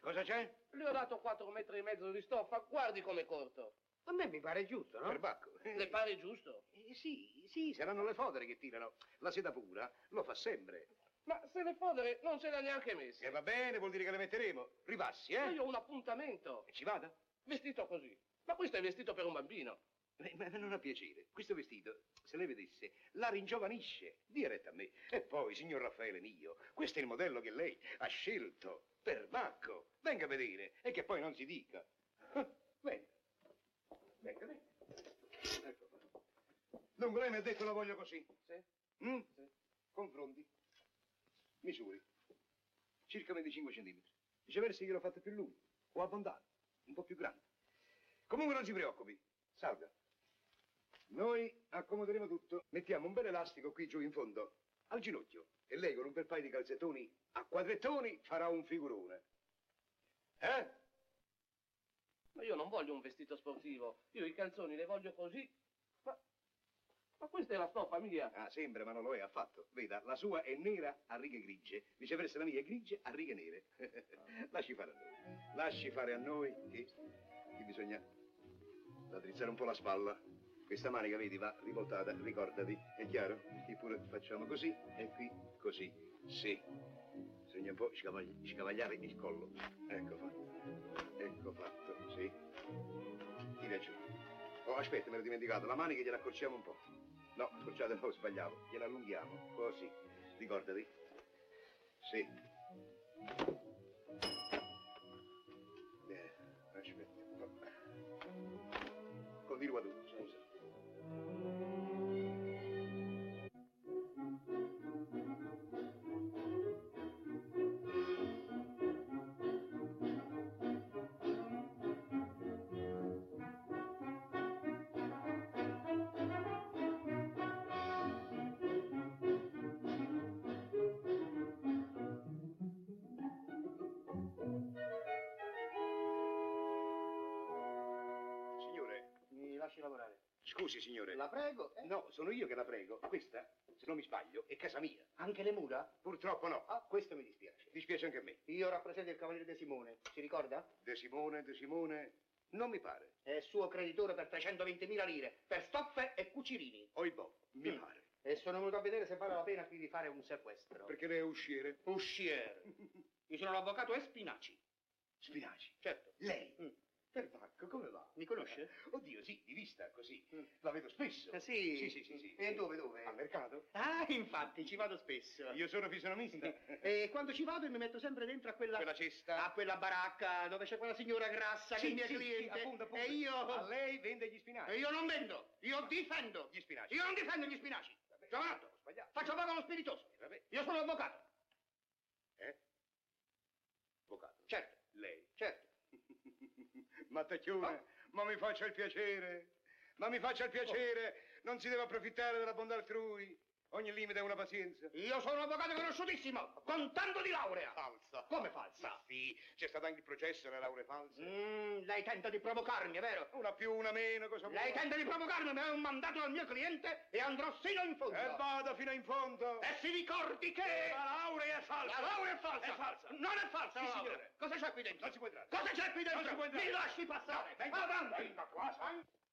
Cosa c'è? Le ho dato 4 metri e mezzo di stoffa, guardi com'è corto. A me mi pare giusto, no? Perbacco. Eh, Le pare giusto? eh, sì, sì, saranno le fodere che tirano. La seta pura lo fa sempre. Ma se le fodere non se le ha neanche messe. E va bene, vuol dire che le metteremo. Ripassi, Ma eh? Io ho un appuntamento, E ci vada? vestito così. Ma questo è vestito per un bambino. Eh, Ma non ha piacere. Questo vestito, se lei vedesse, la ringiovanisce. Dia retta a me. E poi, signor Raffaele mio, questo è il modello che lei ha scelto. Perbacco. Venga a vedere e che poi non si dica. Ah, Venga. Venga, venga. Ecco qua. Dunque lei mi ha detto la voglio così. Sì? Mm? Sì. Confronti. Misuri. Circa 25 centimetri. Viceversa io l'ho fatto più lungo. O abbondato. Un po' più grande. Comunque non si preoccupi. Salga. Noi accomoderemo tutto. Mettiamo un bel elastico qui giù in fondo. Al ginocchio. E lei con un bel paio di calzettoni a quadrettoni farà un figurone. Eh? Ma io non voglio un vestito sportivo. Io i calzoni le voglio così. Ma, ma questa è la stoffa mia. Ah, sembra, ma non lo è affatto. Veda, la sua è nera a righe grigie, viceversa la mia è grigia a righe nere. Lasci fare a noi. Lasci fare a noi che, che bisogna raddrizzare un po' la spalla. Questa manica, vedi, va rivoltata, ricordati, è chiaro? Qui pure facciamo così e qui così. Sì. Bisogna un po' scavagli- scavagliare il collo. Ecco fatto. Ecco fatto, sì. Tira giù. Oh, aspetta, me l'ho dimenticato. La manica gliela accorciamo un po'. No, scocciate, no, sbagliavo. Gliela allunghiamo, così. Ricordati. Sì. Eh, aspetta. Continua tu, scusa. Signore, Mi lasci lavorare. scusi, signore. prego? Eh, No, sono io che la prego. Questa, se non mi sbaglio, è casa mia. Anche le mura? Purtroppo no. Ah, questo mi dispiace. Dispiace anche a me. Io rappresento il cavaliere De Simone, si ricorda? De Simone, De Simone, non mi pare. È suo creditore per 320.000 lire, per stoffe e cucirini. Oibò, mi Mm. pare. E sono venuto a vedere se vale la pena qui di fare un sequestro. Perché lei è usciere? Usciere. Io sono l'avvocato Espinaci. Spinaci. Certo. Lei? Mm. Perbacco, come va? Mi conosce? Oddio, sì, di vista, così. Mm. La vedo spesso. Eh, sì. Sì, sì, sì. sì. E dove, dove? Al mercato. Ah, infatti, ci vado spesso. Io sono fisionomista. E quando ci vado mi metto sempre dentro a quella... Quella cesta. a quella baracca dove c'è quella signora grassa che è Sì, mia sì, sì, cliente. appunto, appunto. E A io... lei vende gli spinaci. E io non vendo, io difendo. Gli spinaci. Io non difendo gli spinaci. Vabbè, Giovanotto, ho sbagliato. faccio pago allo spiritoso. Eh, vabbè. Io sono avvocato. Eh? Avvocato. Certo, Lei. certo. Mattacchione, Ah. ma mi faccia il piacere, ma mi faccia il piacere, non si deve approfittare della bontà altrui. Ogni limite è una pazienza. Io sono un avvocato conosciutissimo, con tanto di laurea. Falsa. Come falsa? Ma sì, c'è stato anche il processo nelle lauree false. Mm, lei tenta di provocarmi, è vero? Una più, una meno, cosa Lei vuole? tenta di provocarmi, ma è un mandato al mio cliente e andrò sino in fondo. E vada Eh, fino in fondo. E si ricordi che... La laurea è falsa. La laurea è falsa! È falsa. Non è falsa, Sì, la laurea. signore. Cosa c'è qui dentro? Non si può entrare. Cosa c'è qui dentro? Non si può entrare. Mi lasci passare! Venga, Avanti! venga qua, sa.